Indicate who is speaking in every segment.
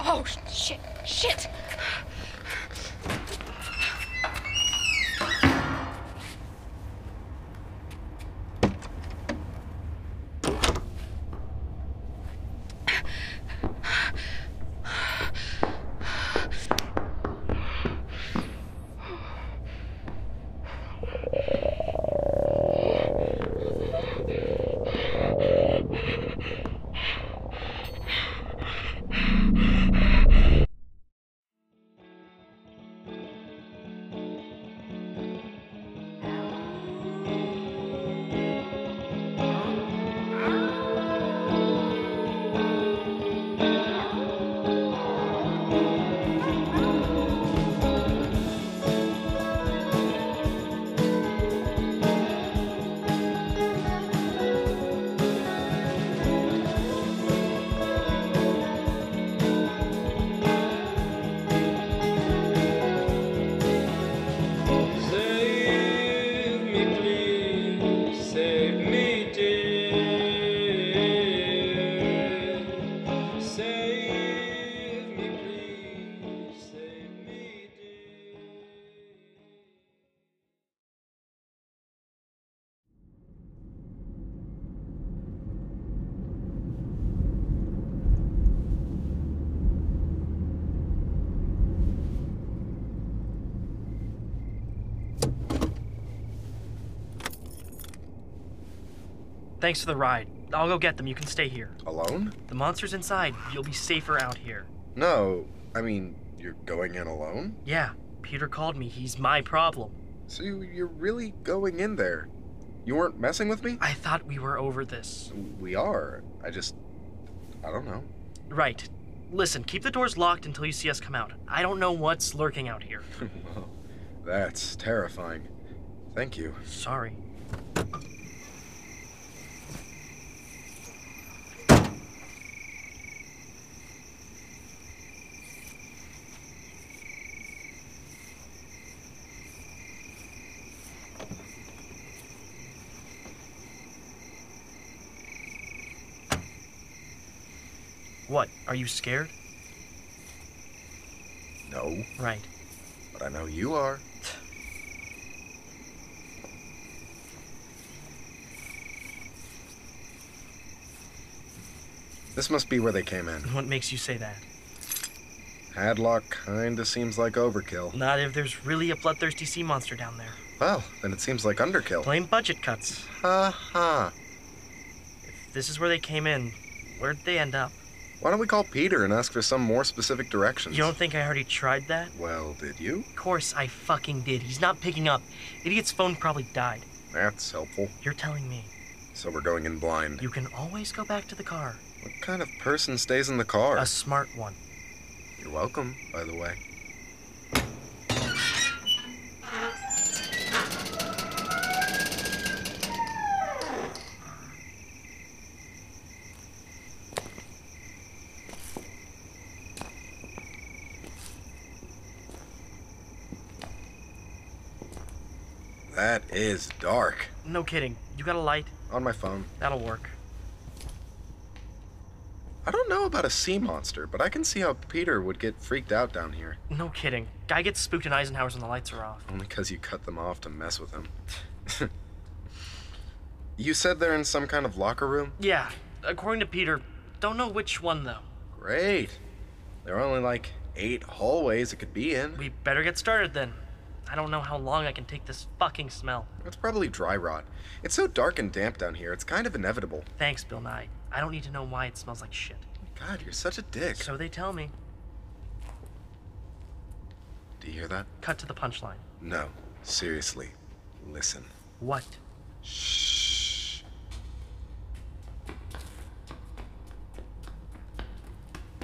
Speaker 1: Oh, sh- shit, shit.
Speaker 2: Save me, please, save me, dear. Save me, please, save me, dear.
Speaker 3: Thanks for the ride. I'll go get them. You can stay here.
Speaker 4: Alone?
Speaker 3: The monster's inside. You'll be safer out here.
Speaker 4: No, I mean, you're going in alone?
Speaker 3: Yeah, Peter called me. He's my problem.
Speaker 4: So you- you're really going in there? You weren't messing with me?
Speaker 3: I thought we were over this.
Speaker 4: We are. I just. I don't know.
Speaker 3: Right. Listen, keep the doors locked until you see us come out. I don't know what's lurking out here.
Speaker 4: well, that's terrifying. Thank you.
Speaker 3: Sorry. What? Are you scared?
Speaker 4: No,
Speaker 3: Right.
Speaker 4: but I know you are. This must be where they came in.
Speaker 3: What makes you say that?
Speaker 4: Hadlock kinda seems like overkill.
Speaker 3: Not if there's really a bloodthirsty sea monster down there.
Speaker 4: Well, then it seems like underkill.
Speaker 3: Blame budget cuts.
Speaker 4: Ha ha.
Speaker 3: If this is where they came in, where'd they end up?
Speaker 4: Why don't we call Peter and ask for some more specific directions?
Speaker 3: You don't think I already tried that?
Speaker 4: Well, did you?
Speaker 3: Of course I fucking did. He's not picking up. Idiot's phone probably died.
Speaker 4: That's helpful.
Speaker 3: You're telling me
Speaker 4: So we're going in blind.
Speaker 3: you can always go back to the car.
Speaker 4: What kind of person stays in the car?
Speaker 3: A smart one.
Speaker 4: You're welcome, by the way. That is dark.
Speaker 3: No kidding. You got a light?
Speaker 4: On my phone.
Speaker 3: That'll work.
Speaker 4: I don't know about a sea monster, but I can see how Peter would get freaked out down here.
Speaker 3: No kidding. Guy gets spooked in Eisenhower's when the lights are off.
Speaker 4: Only 'cause you cut them off to mess with him. you said they're in some kind of locker room?
Speaker 3: Yeah, according to Peter, don't know which one though.
Speaker 4: Great. There are only like eight hallways it could be in.
Speaker 3: We better get started then. I don't know how long I can take this fucking smell.
Speaker 4: It's probably dry rot. It's so dark and damp down here, it's kind of inevitable.
Speaker 3: Thanks, Bill Nye. I don't need to know why it smells like shit.
Speaker 4: God, you're such a dick.
Speaker 3: So they tell me.
Speaker 4: Do you hear that?
Speaker 3: Cut to the punchline.
Speaker 4: No. Seriously. Listen.
Speaker 3: What?
Speaker 4: Shh.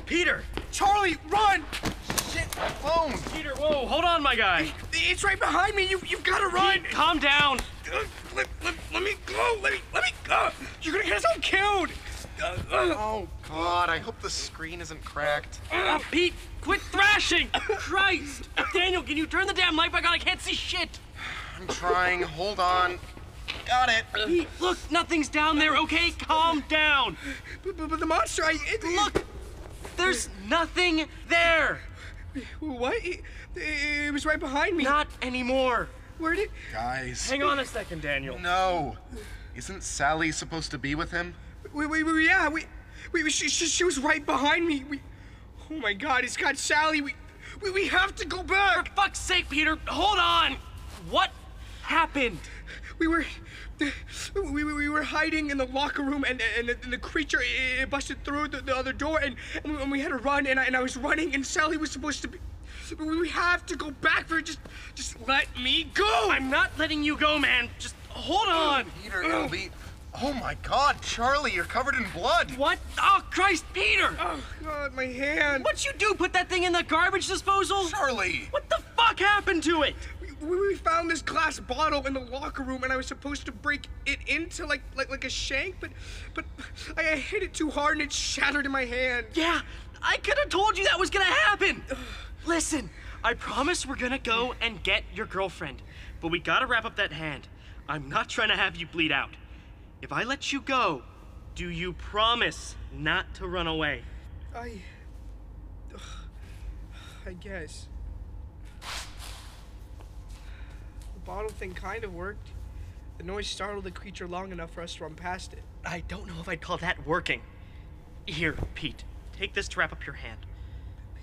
Speaker 3: Peter!
Speaker 5: Charlie, run! Shit, phone!
Speaker 3: Peter, whoa, hold on, my guy.
Speaker 5: It's right behind me. You, you've got to run.
Speaker 3: Calm down.
Speaker 5: Uh, Let, let, let me go. Let me, let me go. You're gonna get us all killed. Uh, uh,
Speaker 4: Oh, God, I hope the screen isn't cracked.
Speaker 3: Uh, Pete, quit thrashing! Christ! Daniel, can you turn the damn light back on? I can't see shit!
Speaker 4: I'm trying. Hold on. Got it.
Speaker 3: Pete, look, nothing's down there, okay? Calm down.
Speaker 5: but, but- but the monster, I. It,
Speaker 3: Look! There's nothing there.
Speaker 5: What? It, it was right behind me.
Speaker 3: Not anymore.
Speaker 5: Where did?
Speaker 4: Guys.
Speaker 3: Hang on a second, Daniel.
Speaker 4: No. Isn't Sally supposed to be with him?
Speaker 5: Wait, wait, wait, yeah, wait, wait. She, she, she was right behind me. We, oh my God, it's got Sally. We, we, we have to go
Speaker 3: For
Speaker 5: back.
Speaker 3: fuck's sake, Peter, hold on. What happened?
Speaker 5: We were, we, we, we were hiding in the locker room, and and the, and the creature it, it busted through the, the other door, and and we, and we had to run, and I, and I was running, and Sally was supposed to be. We we have to go back for it. Just, just let me go.
Speaker 3: I'm not letting you go, man. Just hold on.
Speaker 4: Oh, Peter, Ellie. Oh my god, Charlie, you're covered in blood.
Speaker 3: What? Oh, Christ, Peter!
Speaker 5: Oh God, my hand.
Speaker 3: What'd you do? Put that thing in the garbage disposal?
Speaker 4: Charlie!
Speaker 3: What the fuck happened to it?
Speaker 5: We, we found this glass bottle in the locker room, and I was supposed to break it into like like like a shank, but but I I hit it too hard and it shattered in my hand.
Speaker 3: Yeah, I could have told you that was gonna happen. Listen, I promise we're gonna go and get your girlfriend, but we gotta wrap up that hand. I'm not trying to have you bleed out. If I let you go, do you promise not to run away?
Speaker 5: I I guess the bottle thing kind of worked. The noise startled the creature long enough for us to run past it.
Speaker 3: I don't know if I'd call that working. Here, Pete, take this to wrap up your hand.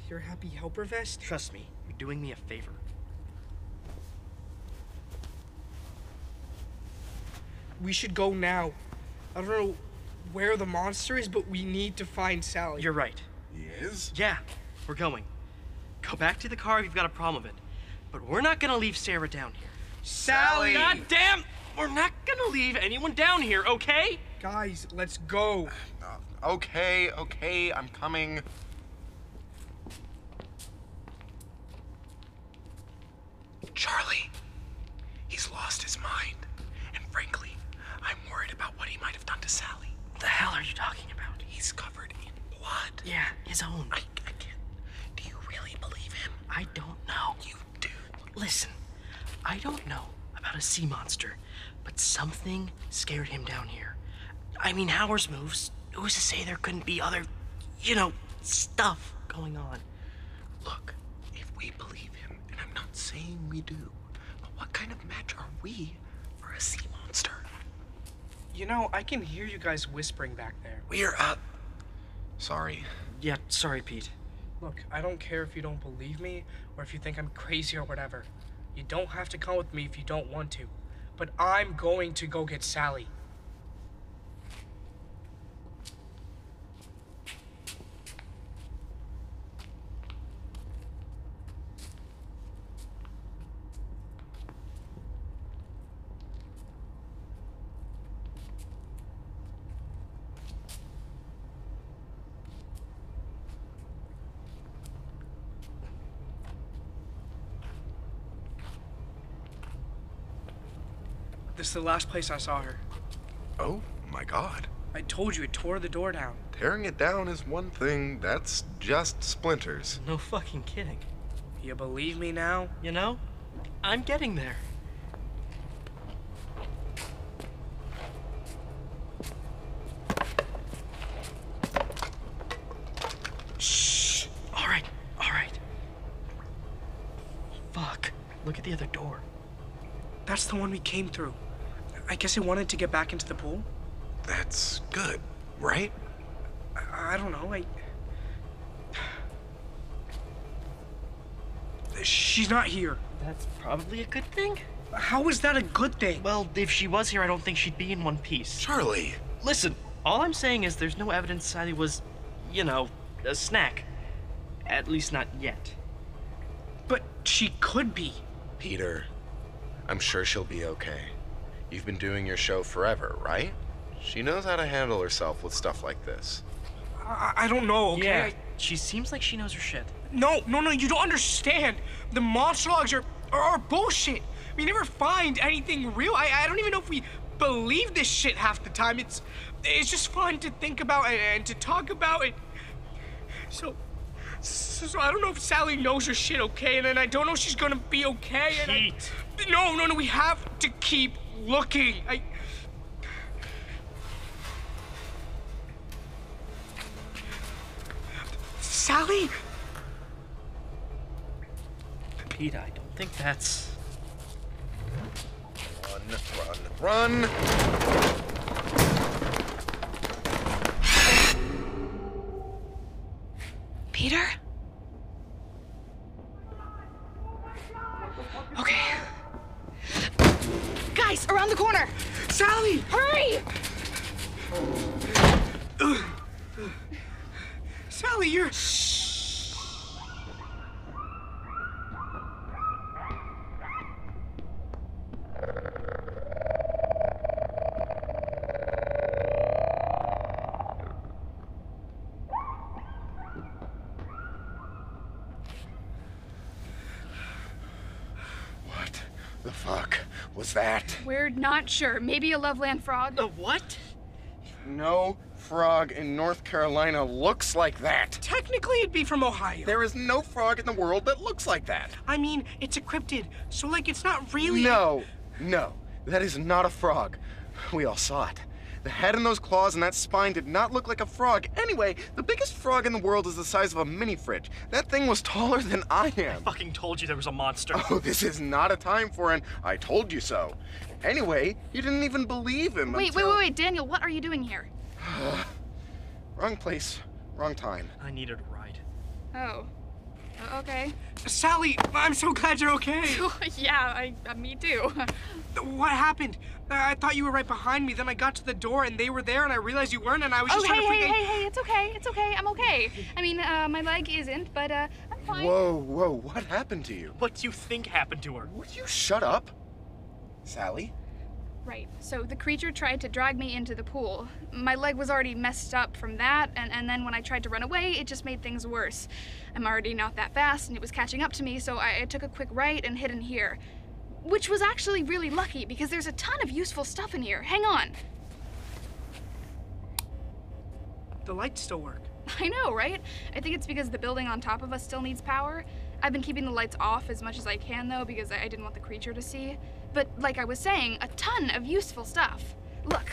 Speaker 5: Your happy helper vest?
Speaker 3: Trust me, you're doing me a favor.
Speaker 5: We should go now. I don't know where the monster is, but we need to find Sally.
Speaker 3: You're right.
Speaker 4: Yes?
Speaker 3: Yeah, we're going. Go back to the car if you've got a problem with it. But we're not gonna leave Sarah down here.
Speaker 5: Sally.
Speaker 3: God damn! We're not gonna leave anyone down here, okay?
Speaker 5: Guys, let's go.
Speaker 4: Okay, okay, I'm coming.
Speaker 1: Charlie, he's lost his mind. And frankly, I'm worried about what he might have done to Sally.
Speaker 3: What the hell are you talking about?
Speaker 1: He's covered in blood.
Speaker 3: Yeah, his own.
Speaker 1: I, I can't. Do you really believe him?
Speaker 3: I don't know.
Speaker 1: You do.
Speaker 3: Listen, I don't know about a sea monster, but something scared him down here. I mean, Howard's moves. Who's to say there couldn't be other, you know, stuff going on?
Speaker 1: Look, if we believe him, and I'm not saying we do, but what kind of match are we for a sea monster?
Speaker 5: You know, I can hear you guys whispering back there.
Speaker 1: We're up. Sorry.
Speaker 3: Yeah, sorry, Pete.
Speaker 5: Look, I don't care if you don't believe me or if you think I'm crazy or whatever. You don't have to come with me if you don't want to. But I'm going to go get Sally. This is the last place I saw her.
Speaker 4: Oh my god.
Speaker 5: I told you it tore the door down.
Speaker 4: Tearing it down is one thing, that's just splinters.
Speaker 3: No fucking kidding.
Speaker 5: You believe me now?
Speaker 3: You know, I'm getting there. Shh. All right. All right. Fuck. Look at the other door.
Speaker 5: That's the one we came through. I guess it wanted to get back into the pool.
Speaker 1: That's good, right?
Speaker 5: I I don't know. I. She's not here.
Speaker 3: That's probably a good thing.
Speaker 5: How is that a good thing?
Speaker 3: Well, if she was here, I don't think she'd be in one piece.
Speaker 1: Charlie,
Speaker 3: Listen, all I'm saying is there's no evidence Sally was, you know, a snack. At least not yet.
Speaker 5: But she could be.
Speaker 4: Peter, I'm sure she'll be okay. You've been doing your show forever, right? She knows how to handle herself with stuff like this.
Speaker 5: I, I don't know, okay?
Speaker 3: Yeah.
Speaker 5: I-
Speaker 3: She seems like she knows her shit.
Speaker 5: No, no, no, you don't understand. The monologues are, are, are bullshit. We never find anything real. I, I don't even know if we believe this shit half the time. It's it's just fun to think about and, and to talk about it. So, so, so I don't know if Sally knows her shit, okay? And, then I don't know if she's gonna be okay. And I,
Speaker 3: Pete.
Speaker 5: no, no, no, we have to keep looking. I. Allie?
Speaker 3: Pete, I don't think that's.
Speaker 4: Run, run, run!
Speaker 6: Peter? Okay. Guys, around the corner!
Speaker 5: Sally!
Speaker 6: Hurry!
Speaker 5: Sally, you're.
Speaker 4: What the fuck was that?
Speaker 7: We're not sure. Maybe a Loveland frog.
Speaker 3: A what?
Speaker 4: No frog in North Carolina looks like that.
Speaker 5: Technically, it'd be from Ohio.
Speaker 4: There is no frog in the world that looks like that.
Speaker 5: I mean, it's a cryptid, so like it's not really.
Speaker 4: No, no, that is not a frog. We all saw it. The head and those claws and that spine did not look like a frog. Anyway, the biggest frog in the world is the size of a mini fridge. That thing was taller than I am.
Speaker 3: Fucking told you there was a monster.
Speaker 4: Oh, this is not a time for an I told you so. Anyway, you didn't even believe him.
Speaker 7: Wait, wait,
Speaker 4: until-
Speaker 7: wait, wait, Daniel, what are you doing here?
Speaker 4: Wrong place, wrong time.
Speaker 3: I needed a ride.
Speaker 7: Oh. O- Okay.
Speaker 5: Sally, I'm so glad you're okay.
Speaker 7: yeah, I, uh, me too.
Speaker 5: What happened? Uh, I I thought you were right behind me. Then I got to the door and they were there, and I realized you weren't, and I was
Speaker 7: oh,
Speaker 5: just trying
Speaker 7: hey,
Speaker 5: to
Speaker 7: hey,
Speaker 5: freaking.
Speaker 7: hey, hey, it's okay, it's okay, I'm okay. I mean, uh, my leg isn't, but uh, I'm fine.
Speaker 4: Whoa, whoa, what happened to you?
Speaker 3: What do you think happened to her?
Speaker 4: Would you shut up? Sally?
Speaker 7: Right. So the creature tried to drag me into the pool. My leg was already messed up from that, and, and then when I tried to run away, it just made things worse. I'm already not that fast, and it was catching up to me, so I, I took a quick right and hid in here. Which was actually really lucky because there's a ton of useful stuff in here. Hang on.
Speaker 5: The lights still work.
Speaker 7: I know, right? I think it's because the building on top of us still needs power. I've been keeping the lights off as much as I can, though, because I I didn't want the creature to see. But like I was saying, a ton of useful stuff. Look.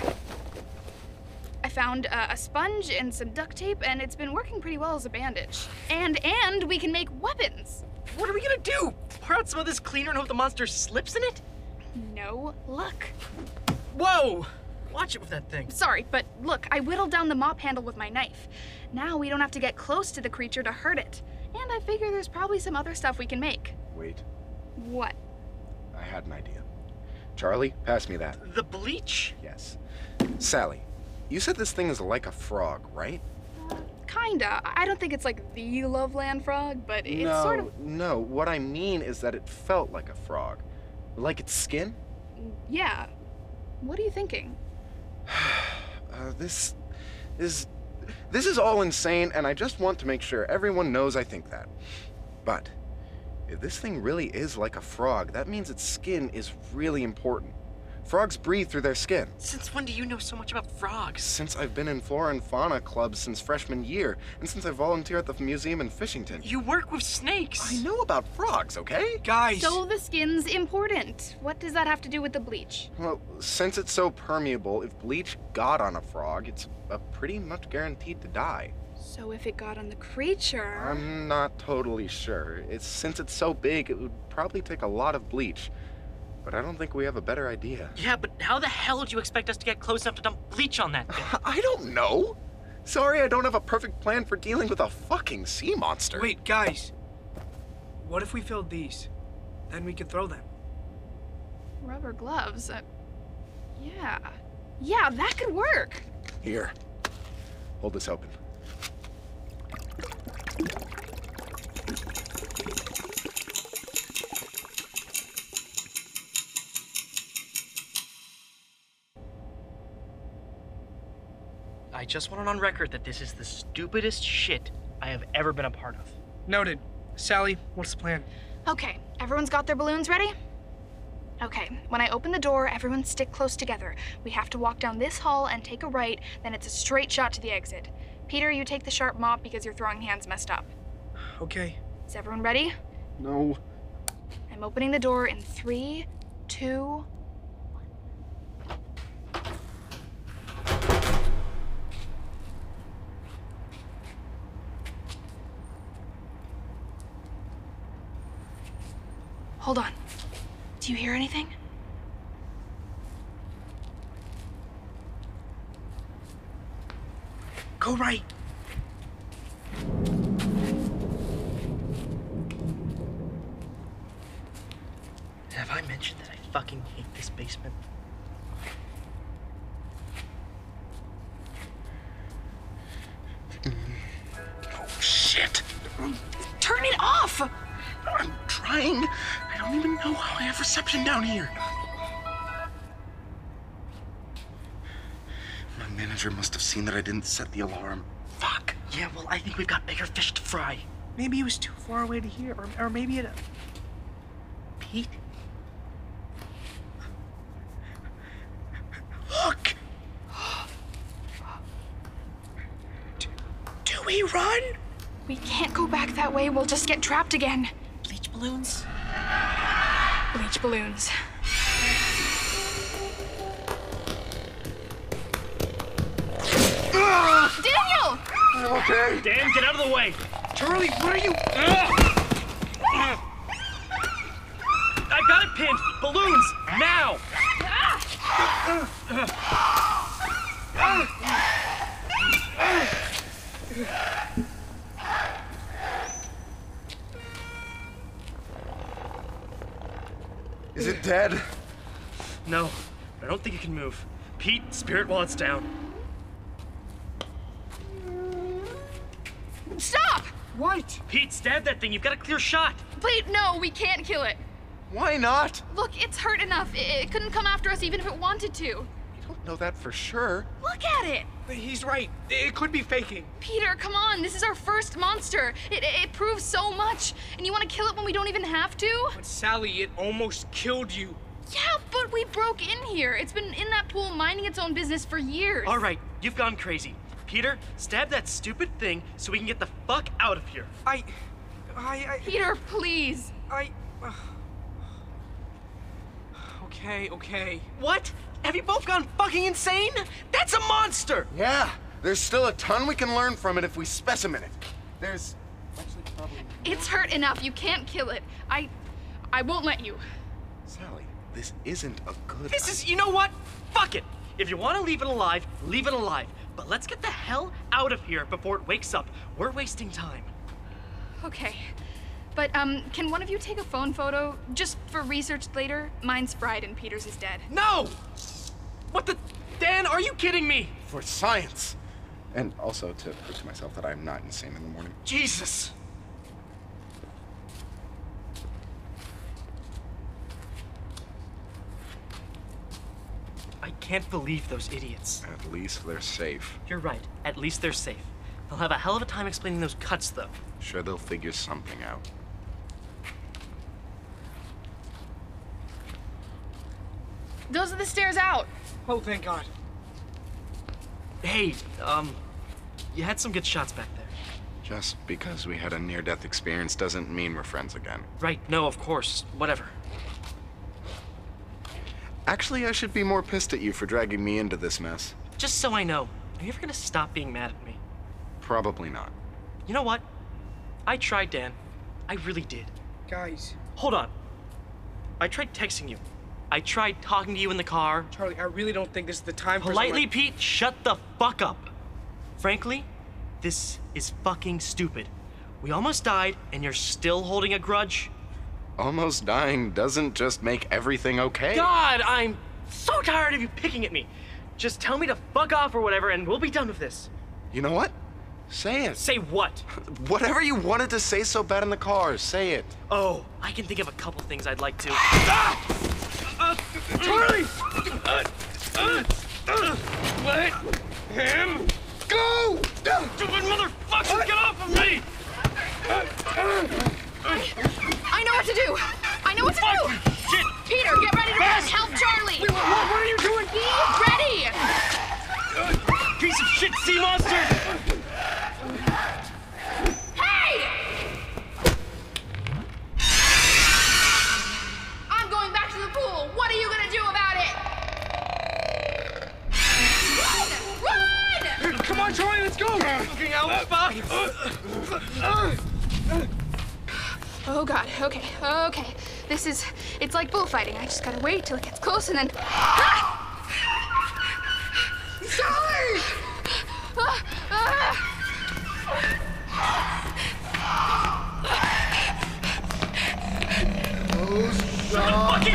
Speaker 7: I found uh, a sponge and some duct tape, and it's been working pretty well as a bandage. And and we can make weapons.
Speaker 3: What are we gonna do? Pour out some of this cleaner and hope the monster slips in it?
Speaker 7: No luck.
Speaker 3: Whoa! Watch it with that thing.
Speaker 7: Sorry, but look, I whittled down the mop handle with my knife. Now we don't have to get close to the creature to hurt it. And I figure there's probably some other stuff we can make.
Speaker 4: Wait,
Speaker 7: What?
Speaker 4: I had an idea. Charlie, pass me that.
Speaker 3: The bleach?
Speaker 4: Yes. Sally, you said this thing is like a frog, right?
Speaker 7: Kinda. I don't think it's like the Loveland frog, but it's
Speaker 4: no,
Speaker 7: sort of.
Speaker 4: no. What I mean is that it felt like a frog, like its skin.
Speaker 7: Yeah. What are you thinking?
Speaker 4: Uh, this is this is all insane, and I just want to make sure everyone knows I think that. But if this thing really is like a frog, that means its skin is really important. Frogs breathe through their skin.
Speaker 3: Since when do you know so much about frogs?
Speaker 4: Since I've been in flora and fauna clubs since freshman year, and since I volunteer at the museum in Fishington,
Speaker 3: You work with snakes.
Speaker 4: I know about frogs, okay?
Speaker 5: Guys.
Speaker 7: So the skin's important. What does that have to do with the bleach?
Speaker 4: Well, since it's so permeable, if bleach got on a frog, it's uh, pretty much guaranteed to die.
Speaker 7: So if it got on the creature.
Speaker 4: I'm not totally sure. It's since it's so big, it would probably take a lot of bleach. But I don't think we have a better idea.
Speaker 3: Yeah, but how the hell do you expect us to get close enough to dump bleach on that thing?
Speaker 4: I don't know. Sorry, I don't have a perfect plan for dealing with a fucking sea monster.
Speaker 5: Wait, guys. What if we filled these? Then we could throw them.
Speaker 7: Rubber gloves. Uh, yeah. Yeah, that could work.
Speaker 4: Here. Hold this open.
Speaker 3: I just want it on record that this is the stupidest shit I have ever been a part of.
Speaker 5: Noted. Sally, what's the plan?
Speaker 7: Okay, everyone's got their balloons ready? Okay, when I open the door, everyone stick close together. We have to walk down this hall and take a right, then it's a straight shot to the exit. Peter, you take the sharp mop because your throwing hand's messed up.
Speaker 5: Okay.
Speaker 7: Is everyone ready?
Speaker 4: No.
Speaker 7: I'm opening the door in three, two. Hold on. Do you hear anything?
Speaker 5: Go right.
Speaker 3: Have I mentioned that I fucking hate this basement?
Speaker 1: Oh, shit! Turn it off! I'm trying. I don't even know how I have reception down here. My manager must have seen that I didn't set the alarm. Fuck.
Speaker 3: Yeah, well, I think we've got bigger fish to fry.
Speaker 5: Maybe it was too far away to hear, or, or maybe it.
Speaker 3: Pete?
Speaker 5: Look! Do, do we run?
Speaker 7: We can't go back that way. We'll just get trapped again.
Speaker 3: Bleach balloons?
Speaker 7: Bleach balloons. Daniel!
Speaker 3: Dan, get out of the way!
Speaker 5: Charlie, what are you?
Speaker 3: I got it pinned! Balloons! Now!
Speaker 4: Is it dead?
Speaker 3: No, I don't think it can move. Pete, spirit while it's down.
Speaker 7: Stop!
Speaker 4: What?
Speaker 3: Pete, stab that thing. You've got a clear shot.
Speaker 7: Please, no, we can't kill it.
Speaker 4: Why not?
Speaker 7: Look, it's hurt enough. It, it couldn't come after us even if it wanted to.
Speaker 4: I don't know that for sure.
Speaker 7: Look at it!
Speaker 5: He's right. It could be faking.
Speaker 7: Peter, come on. This is our first monster. It, it, it proves so much. And you want to kill it when we don't even have to?
Speaker 5: But Sally, it almost killed you.
Speaker 7: Yeah, but we broke in here. It's been in that pool minding its own business for years.
Speaker 3: All right, you've gone crazy. Peter, stab that stupid thing so we can get the fuck out of here.
Speaker 5: I, I,
Speaker 7: Peter, please.
Speaker 5: I, I. ugh. okay, okay.
Speaker 3: What? Have you both gone fucking insane? That's a monster!
Speaker 4: Yeah, there's still a ton we can learn from it if we specimen it. There's. Actually, probably.
Speaker 7: It's hurt enough. You can't kill it. I. I won't let you.
Speaker 4: Sally, this isn't a good.
Speaker 3: This is, you know what? Fuck it. If you want to leave it alive, leave it alive. But let's get the hell out of here before it wakes up. We're wasting time.
Speaker 7: Okay. But, um, can one of you take a phone photo just for research later? Mine's fried and Peter's is dead.
Speaker 3: No! What the? Dan, are you kidding me?
Speaker 4: for science. And also to prove to myself that I'm not insane in the morning.
Speaker 3: Jesus. I can't believe those idiots.
Speaker 4: At least they're safe.
Speaker 3: You're right. At least they're safe. They'll have a hell of a time explaining those cuts, though.
Speaker 4: Sure, they'll figure something out.
Speaker 7: Those are the stairs out.
Speaker 5: Oh, thank God.
Speaker 3: Hey, um, you had some good shots back there.
Speaker 4: Just because we had a near death experience doesn't mean we're friends again.
Speaker 3: Right, no, of course. Whatever.
Speaker 4: Actually, I should be more pissed at you for dragging me into this mess.
Speaker 3: Just so I know, are you ever gonna stop being mad at me?
Speaker 4: Probably not.
Speaker 3: You know what? I tried, Dan. I really did.
Speaker 5: Guys,
Speaker 3: Hold on. I tried texting you. I tried talking to you in the car.
Speaker 5: Charlie, I really don't think this is the time for someone-
Speaker 3: Politely, Pete, shut the fuck up. Frankly, this is fucking stupid. We almost died, and you're still holding a grudge?
Speaker 4: Almost dying doesn't just make everything okay.
Speaker 3: God, I'm so tired of you picking at me. Just tell me to fuck off or whatever, and we'll be done with this.
Speaker 4: You know what? Say it.
Speaker 3: Say what?
Speaker 4: Whatever you wanted to say so bad in the car, say it.
Speaker 3: Oh, I can think of a couple things I'd like to.
Speaker 4: Go!
Speaker 3: Stupid motherfucker, get off of me!
Speaker 7: I know what to do. I know what to do.
Speaker 3: Shit!
Speaker 7: Peter, get ready to run. Help Charlie.
Speaker 3: What, what are you doing?
Speaker 7: Be ready.
Speaker 3: Piece of shit sea monster!
Speaker 7: Hey! I'm going back to the pool. What are you gonna do about it? Run! Run!
Speaker 5: Come on, Charlie, let's go.
Speaker 3: Fucking hell, fuck!
Speaker 7: Oh god, okay, okay. This is, it's like bullfighting. I just gotta wait till it gets close and then. Ah! Sorry!
Speaker 3: Fucking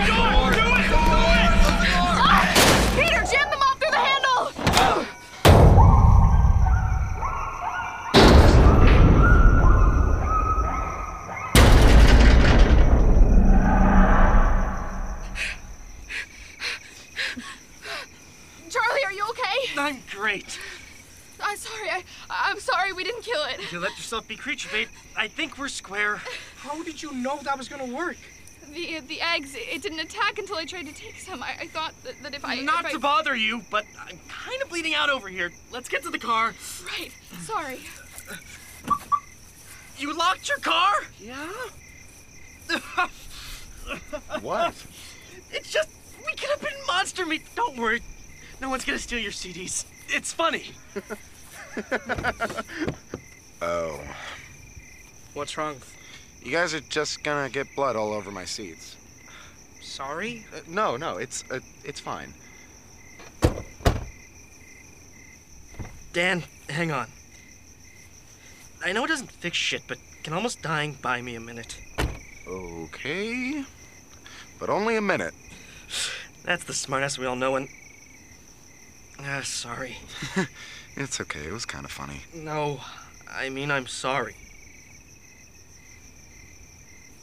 Speaker 3: do it! Do it! Do it!
Speaker 7: Peter, jam them off through the handle! Charlie, are you okay?
Speaker 3: I'm great.
Speaker 7: I'm sorry. I, I'm sorry we didn't kill it.
Speaker 3: You let yourself be creature bait. I think we're square.
Speaker 5: How did you know that was gonna work?
Speaker 7: The the eggs. It didn't attack until I tried to take some. I, I thought that, that if I
Speaker 3: Not
Speaker 7: if
Speaker 3: to
Speaker 7: I,
Speaker 3: bother you, but I'm kind of bleeding out over here. Let's get to the car.
Speaker 7: right. Sorry.
Speaker 3: You locked your car? Yeah.
Speaker 4: What?
Speaker 3: It's just we could have been monster meat. Don't worry, no one's gonna steal your CDs. It's funny.
Speaker 4: Oh.
Speaker 5: What's wrong?
Speaker 4: You guys are just gonna get blood all over my seats.
Speaker 5: Sorry?
Speaker 4: Uh, no, no, it's uh, it's fine.
Speaker 3: Dan, hang on. I know it doesn't fix shit, but can almost dying buy me a minute?
Speaker 4: Okay. But only a minute.
Speaker 3: That's the smartest we all know, and ah, sorry.
Speaker 4: It's okay. It was kind of funny.
Speaker 3: No, I mean I'm sorry.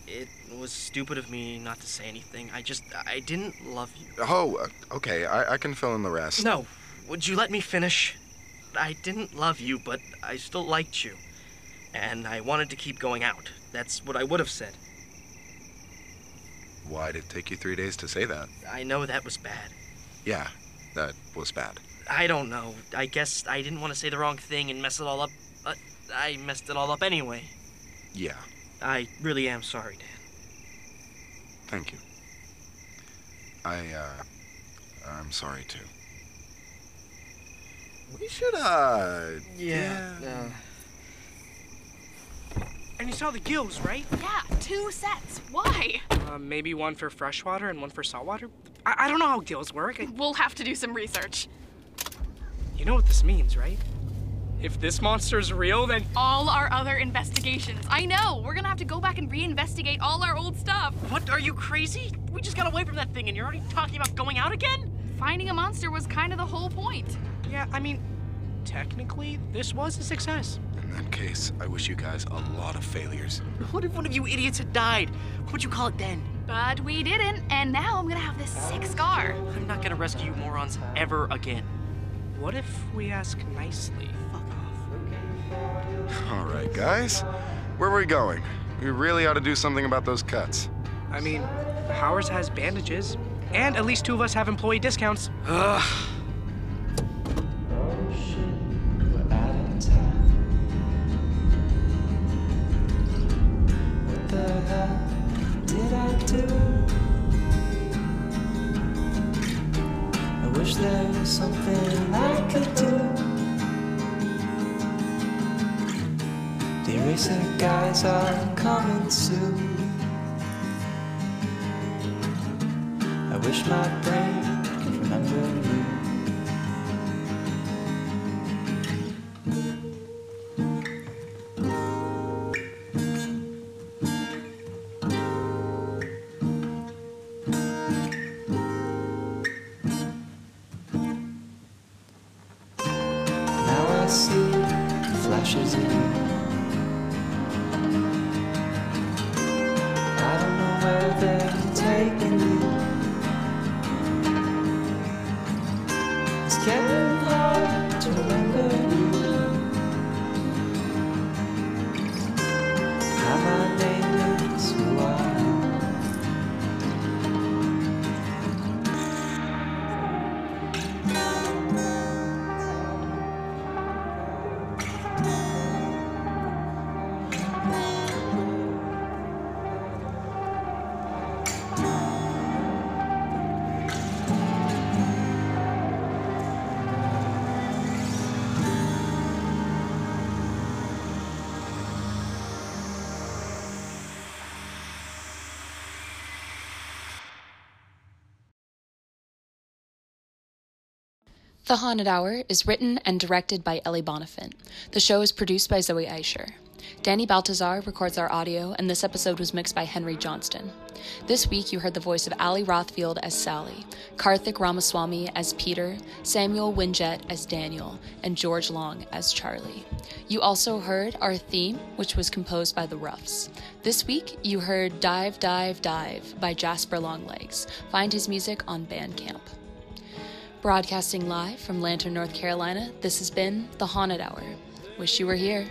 Speaker 3: It was stupid of me not to say anything. I just I didn't love you.
Speaker 4: Oh, uh, okay. I, I can fill in the rest.
Speaker 3: No. Would you let me finish? I didn't love you, but I still liked you. And I wanted to keep going out. That's what I would have said.
Speaker 4: Why'd it take you three days to say that?
Speaker 3: I know that was bad.
Speaker 4: Yeah, that was bad.
Speaker 3: I don't know. I guess I didn't want to say the wrong thing and mess it all up, but I messed it all up anyway.
Speaker 4: Yeah,
Speaker 3: I really am sorry, Dan.
Speaker 4: thank you. I, uh, I'm sorry too. We should, uh.
Speaker 3: no.
Speaker 5: And you saw the gills, right?
Speaker 7: Yeah, two sets. Why?
Speaker 5: Uh, maybe one for freshwater and one for saltwater? I, I don't know how gills work. I-
Speaker 7: We'll have to do some research.
Speaker 5: you know what this means, right? If this monster's real, then
Speaker 7: All our other investigations. I know. We're gonna have to go back and reinvestigate all our old stuff.
Speaker 3: What? Are you crazy? We just got away from that thing and you're already talking about going out again?
Speaker 7: Finding a monster was kind of the whole point.
Speaker 5: yeah, I mean, technically, this was a success.
Speaker 4: In that case, I wish you guys a lot of failures.
Speaker 3: What if one of you idiots had died? What would you call it then?
Speaker 7: But we didn't, and now I'm gonna have this sick scar.
Speaker 3: I'm not gonna rescue you morons ever again.
Speaker 5: What if we ask nicely?
Speaker 3: Fuck off.
Speaker 4: All right, guys. Where are we going? We really ought to do something about those cuts.
Speaker 5: I mean, Howers has bandages, and at least two of us have employee discounts.
Speaker 2: We're out of time. What the hell did I do? I wish there was something I could do. The eraser guys are coming soon. I wish my brain could remember you. Now I see flashes of you. I don't know where they're taking you.
Speaker 6: The Haunted Hour is written and directed by Ellie Bonifant. The show is produced by Zoe Eicher. Danny Baltazar records our audio, and this episode was mixed by Henry Johnston. This week, you heard the voice of Ali Rothfield as Sally, Karthik Ramaswamy as Peter, Samuel Winjet as Daniel, and George Long as Charlie. You also heard our theme, which was composed by The Ruffs. This week, you heard Dive, Dive, Dive by Jasper Longlegs. Find his music on Bandcamp. Broadcasting live from Lantern, North Carolina, this has been The Haunted Hour. Wish you were here.